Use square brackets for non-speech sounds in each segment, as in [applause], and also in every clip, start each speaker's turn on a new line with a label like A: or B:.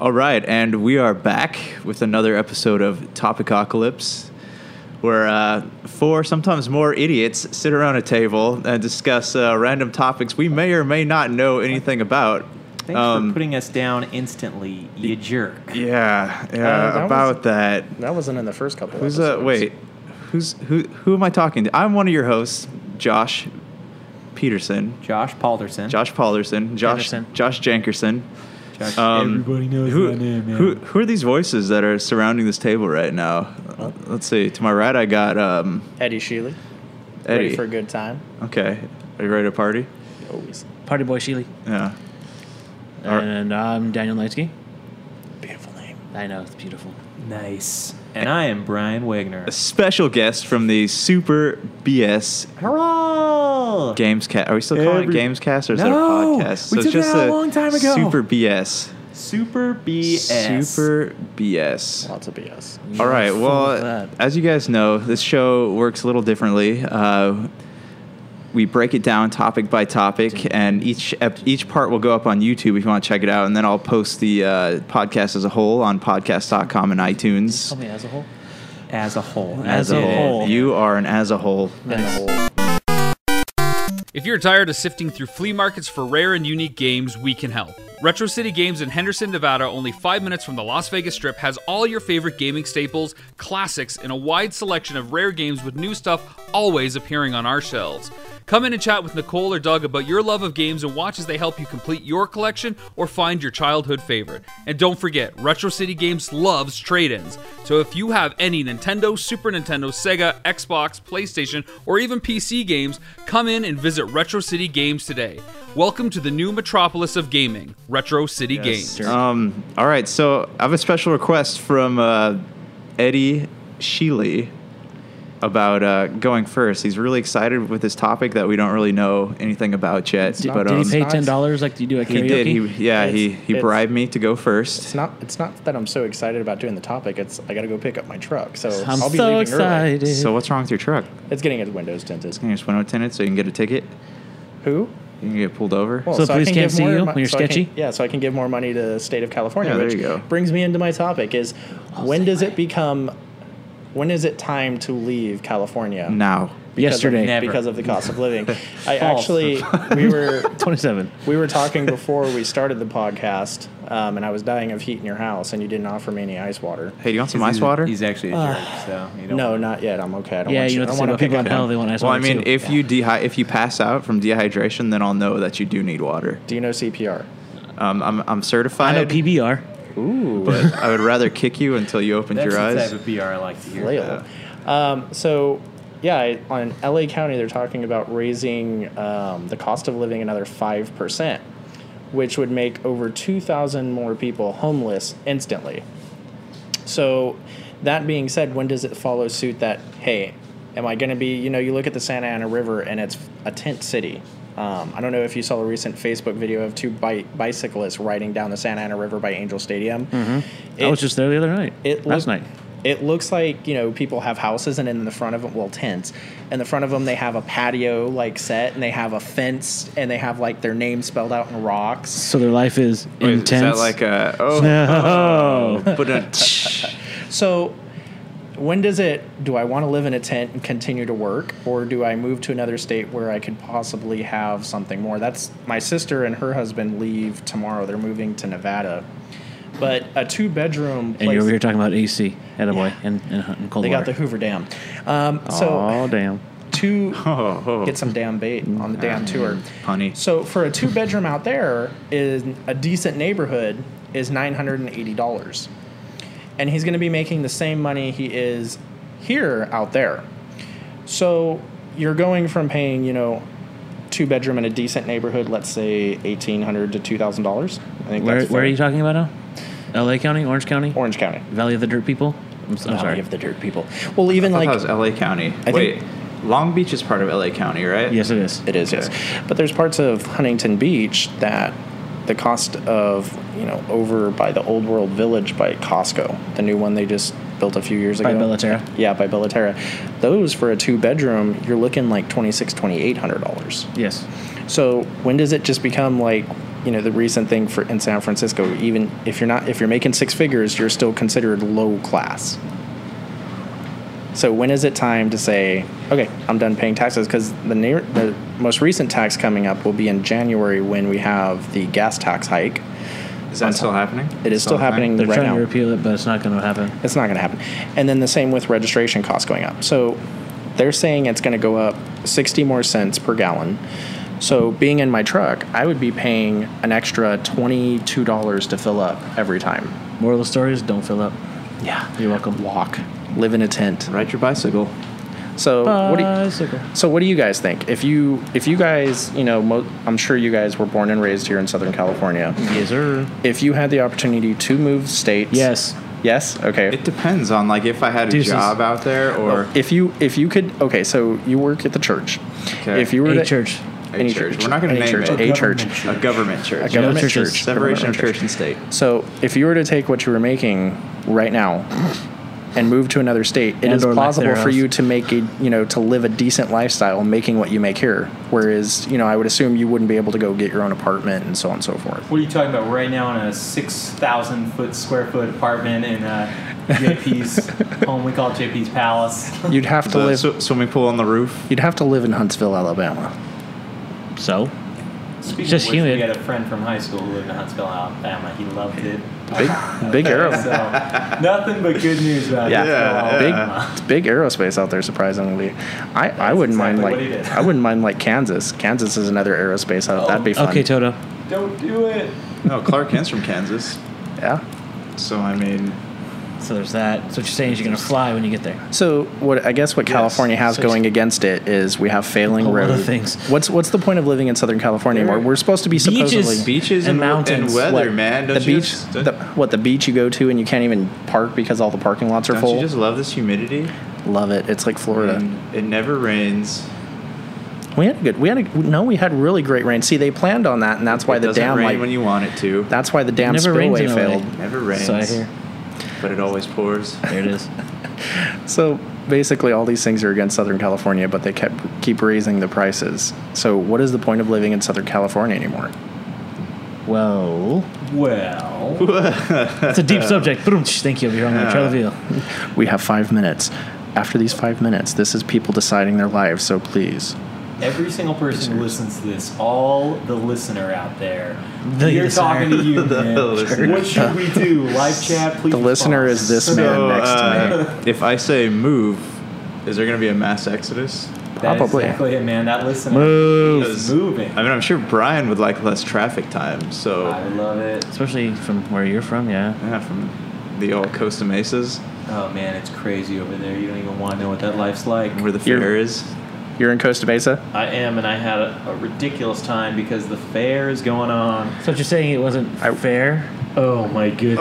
A: All right, and we are back with another episode of Topicocalypse, where uh, four, sometimes more idiots sit around a table and discuss uh, random topics we may or may not know anything about.
B: Thanks
A: Um,
B: for putting us down instantly, you jerk.
A: yeah, yeah,
C: Uh, that
A: about
C: was-
A: that.
C: That wasn't in the first couple.
A: Who's uh?
C: episodes.
A: Wait, who's who? Who am I talking to? I'm one of your hosts, Josh Peterson,
B: Josh Palderson.
A: Josh Palderson, Josh
D: Jankerson.
A: Josh Jankerson.
B: Josh-
A: Everybody knows who, Who, who are these voices that are surrounding this table right now? Uh, Let's see. To my right, I got um,
C: Eddie Sheely.
A: Eddie.
C: Ready for a good time.
A: okay, are you ready to party?
C: Always.
D: Party Boy Sheely.
A: Yeah. All right.
D: And I'm Daniel Nitsky.
C: Beautiful name.
D: I know, it's beautiful.
B: nice. And I am Brian Wagner.
A: A special guest from the Super BS
B: Hurrah!
A: Gamescast. Are we still calling it
B: Every-
A: Gamescast or is that a
B: No!
A: podcast?
B: We
A: it's
B: took that out a long time ago.
A: Super BS.
B: Super BS.
A: Super BS.
C: Lots of BS.
A: [laughs] All right.
D: full of
A: Well,
D: that.
A: as you guys know, this show works a little differently. Uh, we break it down topic by topic, and each ep- each part will go up on YouTube if you want to check it out. And then I'll post the uh, podcast as a whole on podcast.com and iTunes.
D: Tell me as a whole.
B: as a whole.
D: As a
B: it.
D: whole.
A: you are an as a whole.
D: Nice.
E: If you're tired of sifting through flea markets for rare and unique games, we can help. Retro City Games in Henderson, Nevada, only five minutes from the Las Vegas Strip, has all your favorite gaming staples, classics, and a wide selection of rare games with new stuff always appearing on our shelves. Come in and chat with Nicole or Doug about your love of games and watch as they help you complete your collection or find your childhood favorite. And don't forget, Retro City Games loves trade ins. So if you have any Nintendo, Super Nintendo, Sega, Xbox, PlayStation, or even PC games, come in and visit Retro City Games today. Welcome to the new metropolis of gaming, Retro City Games.
A: Um, all right. So I have a special request from uh, Eddie Sheely about uh, going first. He's really excited with this topic that we don't really know anything about yet. but
D: Did
A: um,
D: he pay
C: Nice.
D: ten dollars like you do at karaoke?
A: He did. He yeah.
C: It's-
A: he he
C: it's-
A: bribed me to go
C: It's
A: first.
C: not. It's not that I'm so excited about doing the topic. It's I got to go pick up my truck, so
D: I'm
C: will be
D: so
C: leaving
D: excited.
A: So what's wrong with your truck?
C: Early. It's getting its windows tinted.
A: Can you just window tint it so you can get a ticket?
C: Who?
A: You can get pulled over.
C: Well,
D: So
C: I
D: police
C: can
D: can't
C: give
D: see
C: more
D: you
C: mo-
D: when you're
C: so I can-
D: sketchy?
C: yeah, so I can give more money to the state of California,
A: Yeah, there
C: which
A: you go.
C: brings me into my topic: is when does it become? When is it time to leave California?
A: now.
C: because
D: Yesterday.
C: of,
B: Never.
C: because of the cost
A: [laughs]
C: of living. I
D: False. [laughs]
C: actually we were
D: Twenty-seven.
C: we were talking before we started the podcast, um, and I was dying of heat in your house, and you didn't offer me any ice water.
A: Hey, do you want some ice water?
B: He's actually a jerk, so you don't
C: No, not yet. I'm okay. I don't
D: Yeah,
C: want
D: you know
C: I
D: what they say
C: wanna
D: about people
C: pick
D: on
C: up-
D: hell, they want ice
A: well, I
D: water
A: mean,
D: too.
A: if you dehi- if you pass out from dehydration, then I'll know that you do need water.
C: Do you know CPR?
A: Um, I'm I'm
D: I know
A: certified,
D: PBR.
C: Ooh,
A: but I would rather kick you until you opened
B: That's
A: your
B: the
A: eyes.
B: type of PR I like to hear.
C: Lil. Um, so, yeah, I- on LA County, they're talking about raising um, the cost of living another 5%, which would make over 2,000 more people homeless instantly. So, that being said, when does it follow suit that, hey, am I going to be, you know, you look at the Santa Ana River and it's a tent city. Um, I don't know if you saw a recent Facebook video of two bi- bicyclists riding down the Santa Ana River by Angel Stadium.
D: Mm-hmm. I was
C: It-
D: just there the other night.
C: it
D: last
C: look-
D: night.
C: It looks like you know people have houses, and in the front of them, well, tents. In the front of them, they have a patio like set, and they have a fence, and they have like their name spelled out in rocks.
D: So their life is
A: Wait,
D: intense.
A: Is that
D: [laughs]
A: like a oh?
D: no.
A: but a,
C: So, when does it? Do I want to live in a tent and continue to work, or do I move to another state where I could possibly have something more? That's my sister and her husband leave tomorrow. They're moving to Nevada, but a two-bedroom.
D: And
C: Place,
D: you're over here talking about AC, attaboy,
C: Yeah.
D: and, and, hot- and cold
C: they got
D: water.
C: the Hoover Dam. Um, so
D: oh damn! [laughs]
C: two.
A: oh, oh.
C: get some damn bait on the damn
D: Mm-hmm.
C: tour.
A: honey.
C: So for a two bedroom out there in a decent neighborhood is nine hundred and eighty dollars, and he's going to be making the same money he is here out there. So you're going from paying you know two bedroom in a decent neighborhood, let's say eighteen hundred to two thousand dollars. I think
D: Where,
C: that's
D: where are
C: fair.
D: you talking about now? L.A. County, Orange County,
C: Orange County.
D: Valley of the Dirt People. I'm, s- I'm
C: Valley
D: sorry.
C: of the dirt people. Well, even
A: I
C: like
A: thought that was LA County.
C: think-
A: Wait, Long Beach is part of LA County, right?
D: yes, it is.
C: It is, yes. But there's parts of Huntington Beach that the cost of, you know, over by the Old World Village by Costco, the new one they just built a few years
D: By
C: ago.
D: Bellaterra?
C: Yeah, by Bellaterra. Those for a two bedroom, you're looking like twenty six, twenty eight hundred dollars.
D: Yes.
C: So when does it just become like you know the recent thing for in San Francisco. Even if you're not if you're making six figures, you're still considered low class. So when is it time to say, okay, I'm done paying taxes? Because the near, the most recent tax coming up will be in January when we have the gas tax hike.
A: Is that still happening?
C: It is still
A: a thing?
C: happening.
D: They're
C: right
D: trying
C: now.
D: to repeal it, but it's not going to happen.
C: It's not going to happen. And then the same with registration costs going up. So they're saying it's going to go up 60 more cents per gallon. So being in my truck, I would be paying an extra $22 to fill up every time.
D: Moral of the story is don't fill up.
C: Yeah.
D: You're welcome.
C: Walk, live in a tent.
A: Ride your bicycle.
C: So what do you,
D: Bicycle.
C: so what do you guys think? If you if you guys, you know, mo- I'm sure you guys were born and raised here in Southern California.
D: Yes, sir.
C: If you had the opportunity to move states.
D: Yes.
C: Yes? Okay.
A: It depends on like if I had a
D: Deuces.
A: job out there or
C: if you if you could okay so you work at the church
A: Okay.
C: if you were
D: A
C: to-
D: church.
A: A church. We're not gonna
C: any
A: name
C: church,
A: it.
C: a
A: A
C: church
A: a
B: government
A: government church.
C: a government
D: churches.
C: church
A: Separation
C: government
A: of church and state.
C: so if you were to take what you were making right now and move to another state it
D: And
C: is
D: or lack
C: plausible for
D: thereof.
C: you to make a you know to live a decent lifestyle making what you make here whereas you know i would assume you wouldn't be able to go get your own apartment and so on and so forth
B: What are you talking about? We're right now in a 6,000 foot square foot apartment in uh,
A: [laughs]
B: JP's home. We call it JP's Palace.
C: you'd have to
A: The
C: live
A: Uh, sw- swimming pool on the roof.
C: you'd have to live in huntsville alabama
D: So?
B: Speaking
D: Just
B: of which,
D: humid.
B: we had a friend from high school who lived in Huntsville, Alabama. He loved it.
C: big big
B: So,
C: aero
B: nothing but good news about
A: Yeah. Yeah.
B: Huntsville,
C: big
B: Alabama.
C: it's big aerospace out there surprisingly i i wouldn't mind
B: exactly
C: like
B: what it is.
C: i wouldn't mind like kansas kansas is another aerospace hub that'd be fun
D: Okay, Toto.
B: Don't do it.
A: No, Clark Kent's from Kansas.
C: yeah
A: So I mean,
D: So there's that. So what you're saying is you're going to fly when you get there.
C: so what i guess what california has
D: So
C: going against it is we have failing
D: whole other
C: roads
D: things.
C: what's what's the point of living in southern california anymore we're supposed to be supposedly
A: beaches and,
D: And
A: w-
D: mountains.
A: and weather,
C: what,
A: man. Don't
C: the
A: you
C: beach
A: just, don't,
C: the, what the beach you go to and you can't even park because all the parking lots are
A: don't
C: full
A: you just Mm. love this humidity?
C: love it it's like florida
A: And it never rains.
C: we had a good we had a no we had really great rain see they planned on that and that's why
A: it
C: the
A: doesn't
C: dam
A: rain
C: like
A: when you want it to.
C: that's why the dam
D: never rains
C: spillway
D: in LA.
C: failed
A: never rains.
D: So I hear.
A: But it always
C: [laughs]
A: pours.
D: There
A: [laughs]
D: it is.
C: So basically, all these things are against Southern California, but they kept keep raising the prices. So what is the point of living in Southern California anymore?
D: Well,
B: Well,
D: that's a
A: [laughs]
D: deep subject. Boom. Thank you. You're on the trail
C: We have five minutes. After these five minutes, this is people deciding their lives. So please,
B: every single person who listens to this, all the listener out there,
D: The
B: we are
D: listener.
B: talking to
C: [laughs]
B: you, man.
A: listener.
B: What should we do? Live chat, please.
C: the listener
B: respond.
C: is this man next to me.
A: uh, if I say move, is there going to be a mass exodus?
B: That is
C: Probably.
B: exactly it, man. That listener
D: Move.
B: is moving.
A: I mean, I'm sure Brian would like less traffic time.
B: I
A: So,
B: love it.
D: Especially from where you're from, yeah.
A: yeah, from the old Costa Mesas,
B: Oh man, it's crazy over there. You don't even want to know what that life's like.
A: where the
C: You're-
A: fair is.
C: You're in Costa Mesa.
B: I am, and I had a, a ridiculous time because the fair is going on.
D: So what you're saying it wasn't fair?
B: Oh my goodness!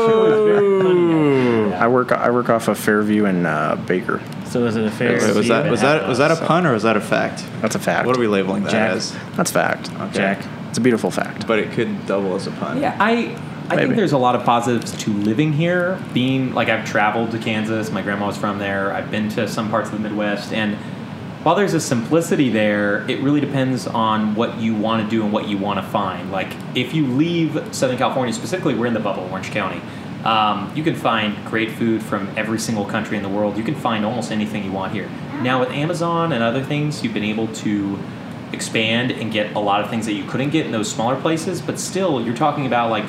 D: Oh!
C: I work I work off of Fairview and uh, Baker.
D: So was it a fair?
A: Wait, was
D: So you
A: that was
D: had-
A: that was that a pun or was that a fact?
C: That's a fact.
A: What are we labeling that
D: Jack.
A: as?
C: That's fact.
D: Jack?
C: It's a beautiful fact.
A: But it could double as a pun.
B: Yeah, I I
C: Maybe.
B: think there's a lot of positives to living here. Being like I've traveled to Kansas, my grandma was from there. I've been to some parts of the Midwest, and while there's a simplicity there, it really depends on what you want to do and what you want to find. Like if you leave Southern California specifically, we're in the bubble, Orange County. Um, you can find great food from every single country in the world. You can find almost anything you want here. Now with Amazon and other things, you've been able to expand and get a lot of things that you couldn't get in those smaller places. But still, you're talking about like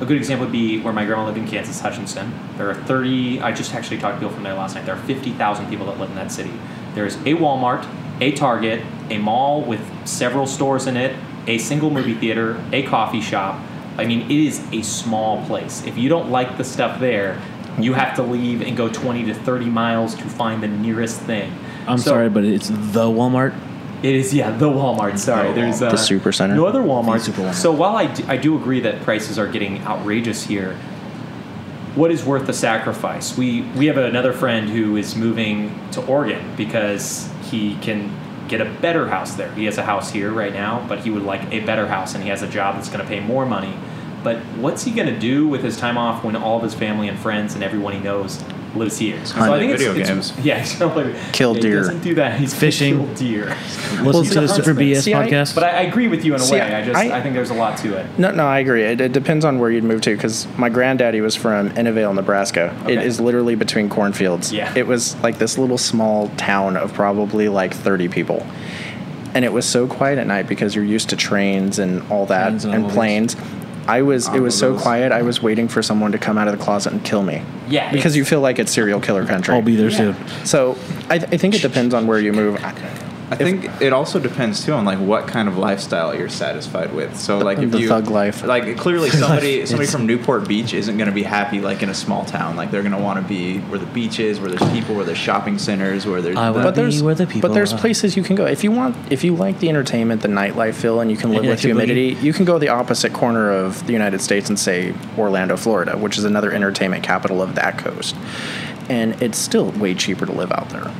B: a good example would be where my grandma lived in Kansas, Hutchinson. There are 30. I just actually talked to people from there last night. There are 50,000 people that live in that city. There's a Walmart, a Target, a mall with several stores in it, a single movie theater, a coffee shop. I mean, it is a small place. If you don't like the stuff there, you have to leave and go 20 to 30 miles to find the nearest thing.
D: I'm
B: So-
D: sorry, but it's the Walmart.
B: it is, yeah, the Walmart. Sorry, there's uh,
C: The Supercenter.
B: No other Walmart.
D: The Superwalmart.
B: So while I do, I do agree that prices are getting outrageous here, what is worth the sacrifice? We we have another friend who is moving to Oregon because he can get a better house there. He has a house here right now, but he would like a better house, and he has a job that's going to pay more money. But what's he going to do with his time off when all of his family and friends and everyone he knows lives here. So
A: Hunting
B: I think it's,
A: video
B: it's-
A: games.
B: [laughs] Yeah, he's gonna play.
F: Kill
B: yeah,
F: deer.
B: He doesn't do that. He's
D: Fishing.
B: Kill deer.
D: Listen to the
B: it's a
D: Super
B: husband.
D: BS
C: See, I-
D: podcast.
B: But I, I agree with you in a
C: See,
B: way. I, just
C: I-
B: I, think there's a lot to it.
C: No, no, I agree. It, it depends on where you'd move to because my granddaddy was from Innervale, Nebraska. It
B: Okay.
C: is literally between cornfields.
B: Yeah.
C: It was like this little small town of probably like 30 people. And it was so quiet at night because you're used to trains and all that
D: Trains and
C: and,
D: automobiles.
C: planes. I was, it was so
A: Automobiles.
C: quiet, I was waiting for someone to come out of the closet and kill me.
B: Yeah,
C: Because
B: it's-
C: you feel like it's serial killer country.
D: I'll be there soon.
C: So I, th- I think it depends on where you move. I-
A: I think it also depends too on like what kind of lifestyle you're satisfied with. So like if
C: the
A: you
C: thug life.
A: like clearly somebody
C: [laughs]
D: life,
A: somebody
D: it's-
A: from Newport Beach isn't going to be happy like in a small town. Like they're going to want to be where the beach is, where there's people, where there's shopping centers, where there's
D: I
A: the-
D: wanna
C: but there's
D: be where the
C: but
D: people
C: there's
D: are.
C: places you can go if you want if you like the entertainment the nightlife feel and you can live
D: Yeah,
C: with
D: keep
C: humidity you can go the opposite corner of the united states and say orlando florida which is another entertainment capital of that coast and it's still way cheaper to live out there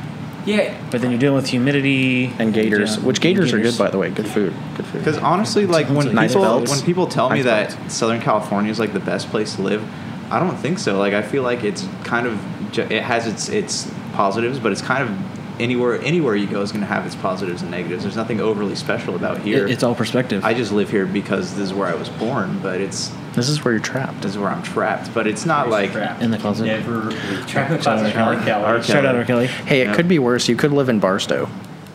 B: yeah.
D: But then you're dealing with humidity
C: and gators
D: Yeah,
C: which gators, are good
D: gators.
C: by the way good food good food
A: Because honestly, like when
D: Nice
A: people
C: belts.
A: when people tell me
C: Nice
A: that
C: belts.
A: Southern California is like the best place to live, I don't think so. Like I feel like it's kind of ju- it has its its positives, but it's kind of anywhere anywhere you go is going to have its positives and negatives. There's nothing overly special about here.
D: It- it's all perspective.
A: I just live here because this is where I was born, but it's
C: this is where you're trapped
A: this is where I'm trapped. But it's not like
D: in the closet.
B: Never leave. Trap in the closet.
D: Shout out
B: R.
D: to
B: Kelly.
A: R.
D: Shout out R. Kelly.
C: hey it
A: Yeah.
C: could be worse you could live in barstow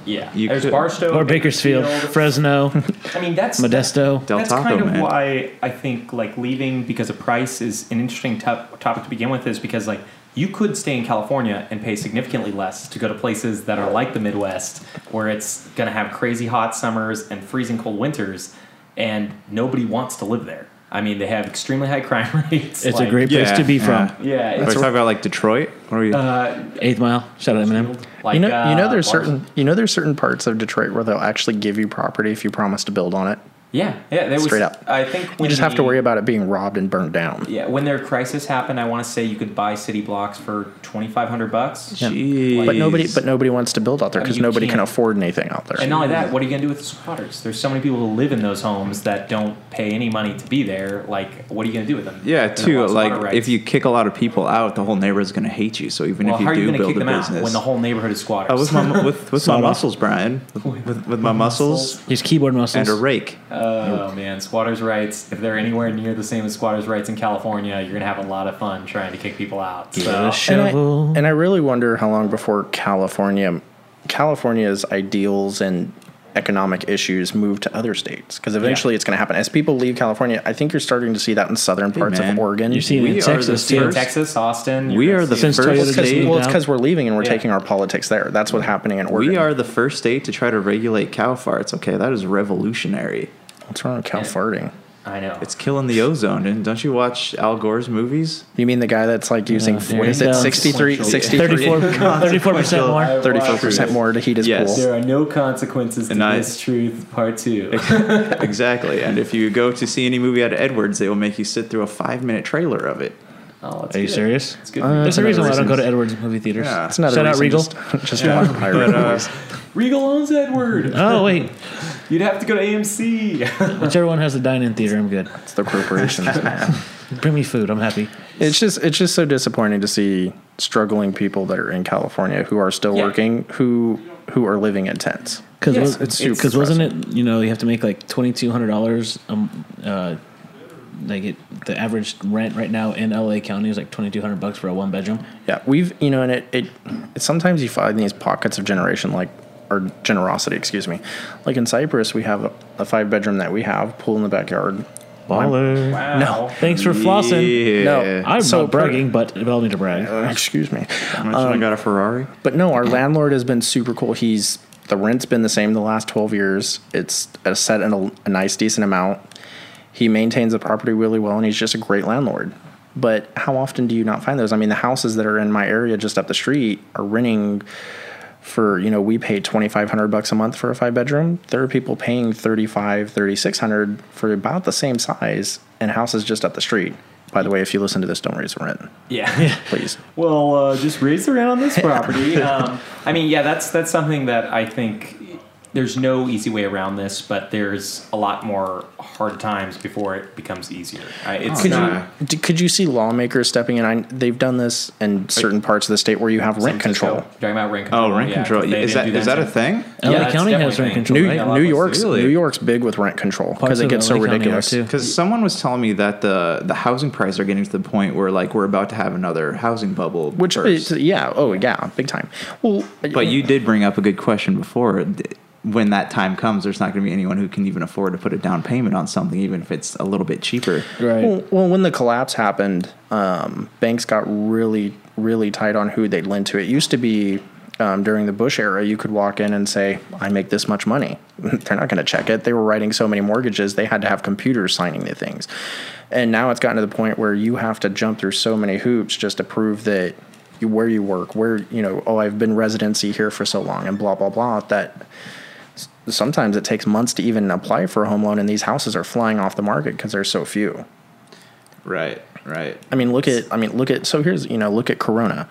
B: Yeah.
A: You
B: There's
A: could-
B: Barstow
D: Or Bakersfield,
C: [laughs]
D: Fresno,
B: I mean, that's
D: Modesto.
A: Del
B: that's
A: Taco,
B: kind of
A: man.
B: why I think like leaving because of price is an interesting top topic to begin with. Is because like you could stay in California and pay significantly less to go to places that are like the Midwest, where it's going to have crazy hot summers and freezing cold winters, and nobody wants to live there. I mean, they have extremely high [laughs] crime rates.
D: It's a
B: like-
D: great place
A: Yeah,
D: to be
A: yeah.
D: from.
B: yeah.
A: Are we
B: It's,
A: talking about like Detroit? What are we?
B: uh,
D: Eighth Mile. Shout out Eminem.
B: like,
C: you know you know
B: uh,
C: there's
B: Bars-
C: certain you know there's certain parts of detroit where they'll actually give you property if you promise to build on it
B: Yeah, yeah. There was,
C: Straight up.
B: I think
C: you
B: when
C: just have to
B: the-
C: worry about it being robbed and burnt down
B: Mm-hmm. Yeah, when their crisis happened, I want to say you could buy city blocks for twenty five hundred bucks.
C: But nobody, but nobody wants to build out there
B: I mean,
C: because
B: you
C: nobody can
B: can't.
C: afford anything out there.
B: And not only that, what are you going to do with the squatters? There's so many people who live in those homes that don't pay any money to be there. Like, what are you going to do with them?
A: yeah,
B: They're
A: too.
B: lost water
A: Like
B: rights.
A: if you kick a lot of people out, the whole neighborhood's going to hate you. So even
B: well,
A: if you
B: how are
A: do
B: you going to
A: build
B: kick
A: a
B: them
A: business,
B: out when the whole neighborhood is squatters?
A: Uh,
B: [laughs]
A: with my with, with my
D: Sauna.
A: muscles, Brian. With, with, with my muscles
D: Here's keyboard muscles.
A: and a rake.
B: oh man, squatters' rights. If they're anywhere near the same as squatters' rights in California, you're going to have a lot of fun trying to kick people out. So.
D: a
C: and I,
D: shovel.
C: and I really wonder how long before California, California's ideals and economic issues move to other states because eventually it's going to happen as people leave California. I think you're starting to see that in southern parts
A: man.
C: of Oregon.
D: You're seeing it
A: We
D: in
A: are
D: Texas
A: the
D: too.
A: first-
B: Texas, Austin.
A: We
B: you're
A: are
B: gonna
A: the
B: see it.
D: Since Toyota
A: first
D: Toyota's
C: because
A: state.
D: moved
C: well, it's
D: out.
C: because we're leaving and we're
B: Yeah.
C: taking our politics there. That's what's happening in Oregon.
A: We are the first state to try to regulate cow farts. Okay, that is revolutionary.
C: What's wrong with cow farting?
B: I know.
A: It's killing the ozone. And don't you watch Al Gore's movies?
C: You mean the guy that's like using
D: there
C: what
D: you
C: is it
D: go.
C: 63 63
A: [laughs]
C: [laughs]
D: 34 percent
A: Consequential.
D: more.
C: 34% more to heat his
A: Yes.
C: pool?
B: There are no consequences
A: And
B: to
A: I-
B: this truth, part two. [laughs]
A: exactly. And if you go to see any movie out of Edwards, they will make you sit through a five minute trailer of it.
B: Oh, that's
D: Are you
B: good.
D: serious?
B: That's good.
C: Uh,
D: There's a
C: another
D: reason why I don't
C: reason.
D: go to Edwards movie theaters.
A: Yeah.
C: That's another
D: Shout out
C: reason.
D: Regal.
C: Just, just watch pirate
A: But, uh,
C: movies.
B: Regal owns Edward.
A: [laughs]
C: [laughs]
D: Oh wait,
B: You'd have to go to AMC.
D: whichever one has the dine-in theater, I'm good.
C: It's the corporations, man.
D: Bring me food. I'm happy.
C: It's just it's just so disappointing to see struggling people that are in California who are still
B: Yeah.
C: working who who are living in tents.
D: Because
B: Yeah,
D: was,
B: it's
D: it's
C: super
D: because wasn't it you know you have to make like twenty two hundred dollars um uh like it, the average rent right now in LA County is like twenty two hundred bucks for a one bedroom.
C: Yeah, we've you know, and it, it sometimes you find these pockets of generation like or generosity, excuse me. Like in Cyprus, we have a, five bedroom that we have pool in the backyard.
B: [laughs]
D: Baller.
A: [laughs]
B: wow.
C: No.
D: Thanks for
A: Yeah.
D: flossing.
C: No,
D: I'm
C: So
D: not bragging, but it allowed me to brag.
C: Uh, excuse me,
A: Imagine I got a Ferrari.
C: but no, our landlord has been super cool. He's the rent's been the same the last twelve years. It's a set in a, a nice decent amount. He maintains the property really well, and he's just a great landlord. But how often do you not find those? I mean, the houses that are in my area just up the street are renting for you know we pay 2500 bucks a month for a five bedroom there are people paying 35 3600 for about the same size and houses just up the street by the way if you listen to this don't raise the rent
B: Yeah.
C: please
A: [laughs]
B: Well, uh, just raise the rent on this property. um, I mean, yeah, that's that's something that I think there's no easy way around this, but there's a lot more hard times before it becomes easier. I,
A: Oh,
B: it's
C: Could
B: not.
C: you d- could you see lawmakers stepping in? I, they've done this in certain parts of the state where you have rent control.
B: You're talking about rent control.
A: Oh, rent
B: yeah,
A: control.
B: 'cause they
A: Is
B: didn't
A: that
B: do
A: is that a
B: to-
A: thing?
B: Yeah,
D: LA
B: that's
D: County has
B: definitely
D: rent
B: a thing.
D: control.
C: New,
D: right?
B: lot
C: New
B: was-
C: York's
A: really?
C: New York's big with rent control
D: Parts
C: because it
D: of
C: gets so
D: LA County are
C: ridiculous.
D: too.
A: Because someone was telling me that the the housing prices are getting to the point where like we're about to have another housing bubble.
C: Which
A: burst.
C: is, yeah, oh yeah, big time. Well, uh,
A: but you did bring up a good question before. D- When that time comes, there's not going to be anyone who can even afford to put a down payment on something, even if it's a little bit cheaper.
D: Right.
C: Well, well, when the collapse happened, um, banks got really, really tight on who they'd lend to. It used to be um, during the Bush era, you could walk in and say, "I make this much money." [laughs] They're not going to check it. They were writing so many mortgages, they had to have computers signing the things. And now it's gotten to the point where you have to jump through so many hoops just to prove that you, where you work, where you know, oh, I've been residency here for so long, and blah blah blah. That s- sometimes it takes months to even apply for a home loan, and these houses are flying off the market because there's so few.
A: Right. Right.
C: I mean, look at. I mean, look at. So here's, you know, look at Corona.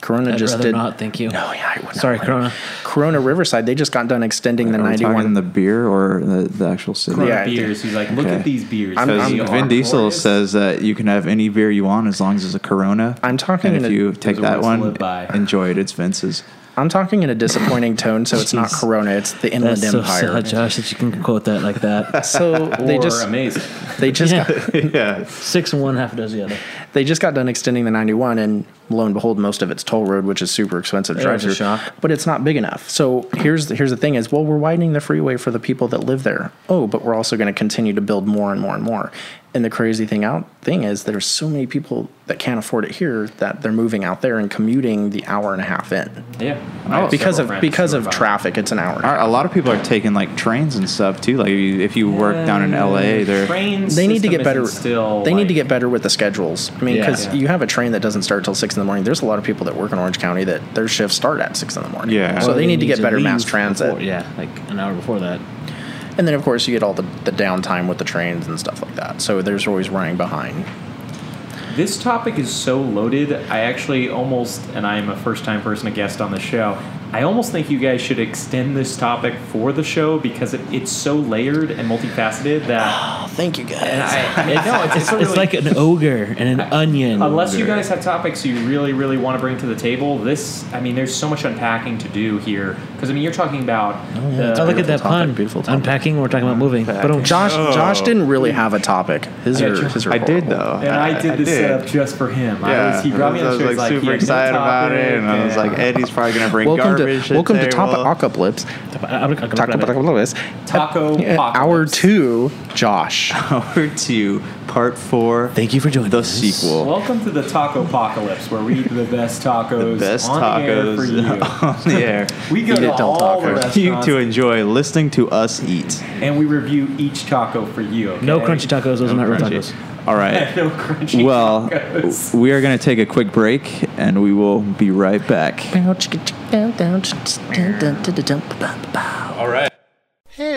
C: Corona
D: I'd
C: just
D: rather
C: did.
D: not. Thank you.
C: No, yeah, I would not
D: Sorry,
C: want it.
D: Corona.
C: Corona Riverside. They just got done extending the
A: Are we talking
C: 91.
A: the beer or the, the actual city?
C: Yeah, I think-
B: beers. He's like, look
A: Okay.
B: at these beers.
C: I'm-
B: They
A: Because
C: I'm-
B: are
A: Vin Diesel
B: glorious.
A: says that you can have any beer you want as long as it's a Corona.
C: I'm talking
A: And
C: in
A: if
C: a-
A: you take
B: Those are
A: that
B: words to
A: one,
B: live by.
A: enjoy it. It's Vince's.
C: I'm talking in a disappointing tone, so it's not
D: Jeez.
C: Corona. It's the Inland
D: That's so
C: Empire.
D: sad, Josh, that you can quote that
C: [laughs]
D: like that.
C: So they
B: Or
C: just
B: amazing.
C: they just
D: Yeah.
C: got,
A: yeah.
D: Six and one, half a dozen the other.
C: they just got done extending the 91, and lo and behold, most of it's toll road, which is super expensive
D: It was
C: drive
D: a
C: through.
D: shock.
C: But it's not big enough. So here's the, here's the thing: is well, we're widening the freeway for the people that live there. Oh, but we're also going to continue to build more and more and more. And the crazy thing out thing is there's so many people that can't afford it here that they're moving out there and commuting the hour and a half in
B: Yeah. I
C: oh,
B: have
C: because
B: several
C: of
B: friends
C: because
B: who
C: of
B: are fine.
C: traffic. It's an hour.
A: Are- A lot of people are taking like trains and stuff too. Like if you, if you work down in LA, they're
B: Train
C: they need to
B: system
C: get better.
B: isn't Still,
C: they need to
B: like-
C: get better with the schedules. I mean,
D: Yeah.
C: because
D: Yeah.
C: you have a train that doesn't start till six in the morning. There's a lot of people that work in Orange County that their shifts start at six in the morning.
A: Yeah.
C: so
A: Well,
C: they, need, to get better mass
D: leave
C: transit.
D: before- yeah, like an hour before that.
C: And then of course you get all the, the downtime with the trains and stuff like that. So there's always running behind.
B: This topic is so loaded. I actually almost, and I am a first time person, a guest on the show. I almost think you guys should extend this topic for the show because it, it's so layered and multifaceted that.
C: Oh, thank you
B: And
C: guys.
B: I, it- no, it's, it's, a
D: It's
B: really-
D: like an ogre and an onion.
A: Oh.
B: Unless you guys have topics you really, really want to bring to the table, this, I mean, there's so much unpacking to do here. Because, I mean, you're talking about. the-
D: Oh, look at
C: Beautiful
D: that pun.
C: topic, beautiful topic.
D: Unpacking. We're talking about moving. But um,
C: Josh Josh didn't really have a topic. His
B: Yeah,
C: are,
B: Josh-
C: his are
A: Oh. I did though.
C: horrible.
B: And I did this setup just for him. I was, he brought me on
A: I
B: the
A: was
B: show.
A: like
B: he's he
A: super
B: had no
A: excited about it, and I was
B: topic,
A: like, Eddie's probably gonna bring
C: Welcome
A: garbage.
C: to welcome to
A: today. Well,
C: Top Apocalypse.
D: I'm gonna- I'm
C: Taco
D: gonna-
C: Apocalypse.
B: Taco
C: Yeah, Hour
B: Apocalypse.
C: two, Josh.
A: [laughs] Hour two, part four.
D: Thank you for joining
A: the
D: us.
A: sequel.
B: Welcome to the taco apocalypse, where we eat the best tacos,
A: the best
B: on
A: tacos
B: the air for you.
A: on the air.
B: We go
C: Eat
B: to
C: it till
B: all the
C: tacos.
A: you
B: restaurants
A: to enjoy listening to us eat. [laughs]
B: and we review each taco for you. Okay?
D: No crunchy tacos. Those are not real tacos.
A: Crunchy. All
B: [laughs]
A: right.
B: no crunchy
A: Well,
B: tacos.
A: we are going to take a quick break, and we will be right back.
F: Hey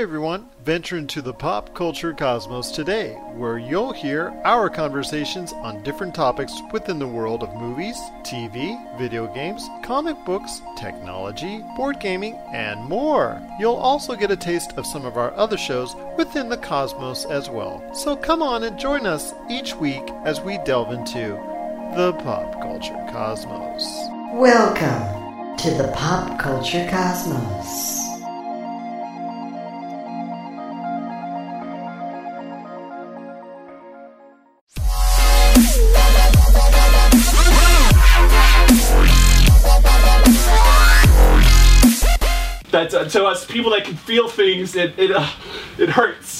F: everyone, venture into the pop culture cosmos today, where you'll hear our conversations on different topics within the world of movies, TV, video games, comic books, technology, board gaming, and more. You'll also get a taste of some of our other shows within the cosmos as well. So come on and join us each week as we delve into the pop culture cosmos.
G: Welcome to the Pop Culture Cosmos.
H: That's uh, to us people that can feel things. It it uh, it hurts.